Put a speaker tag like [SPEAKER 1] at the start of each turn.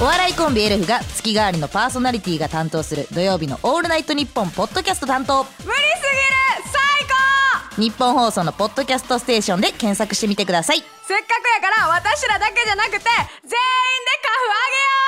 [SPEAKER 1] お笑いコンビエルフが月替わりのパーソナリティが担当する土曜日の「オールナイトニッポン」ポッドキャスト担当
[SPEAKER 2] 無理すぎる最高
[SPEAKER 1] 日本放送のポッドキャストステーションで検索してみてください
[SPEAKER 2] せっかくやから私らだけじゃなくて全員でカフあげよう